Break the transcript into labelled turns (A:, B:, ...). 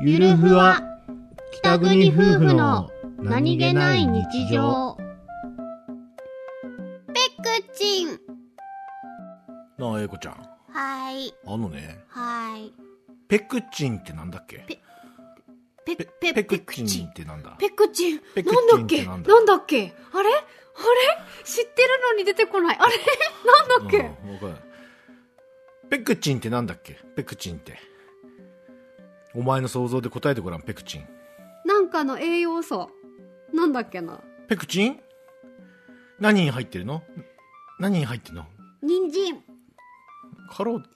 A: ゆるふわ北国夫婦の何気ない日常
B: ペクチン
A: なあ英子ちゃん
B: はい
A: あのね
B: はい
A: ペクチンってなんだっけ
B: ペ
A: ペ
B: ペ
A: ペ
B: ペ
A: ク
B: ク
A: チ
B: チ
A: ンっ
B: ン
A: てなんだ
B: ペクチン
A: ペクチ
B: なんだ
A: ンっ
B: ってけ
A: なんだ
B: なんだっけあれあれ知ってるのに出てこないあれなんだっけ、
A: うんわかんないペクチンってなんだっけペクチンってお前の想像で答えてごらんペクチン
B: なんかの栄養素なんだっけな
A: ペクチン何に入ってるの何に入ってるの
B: 人参
A: カロット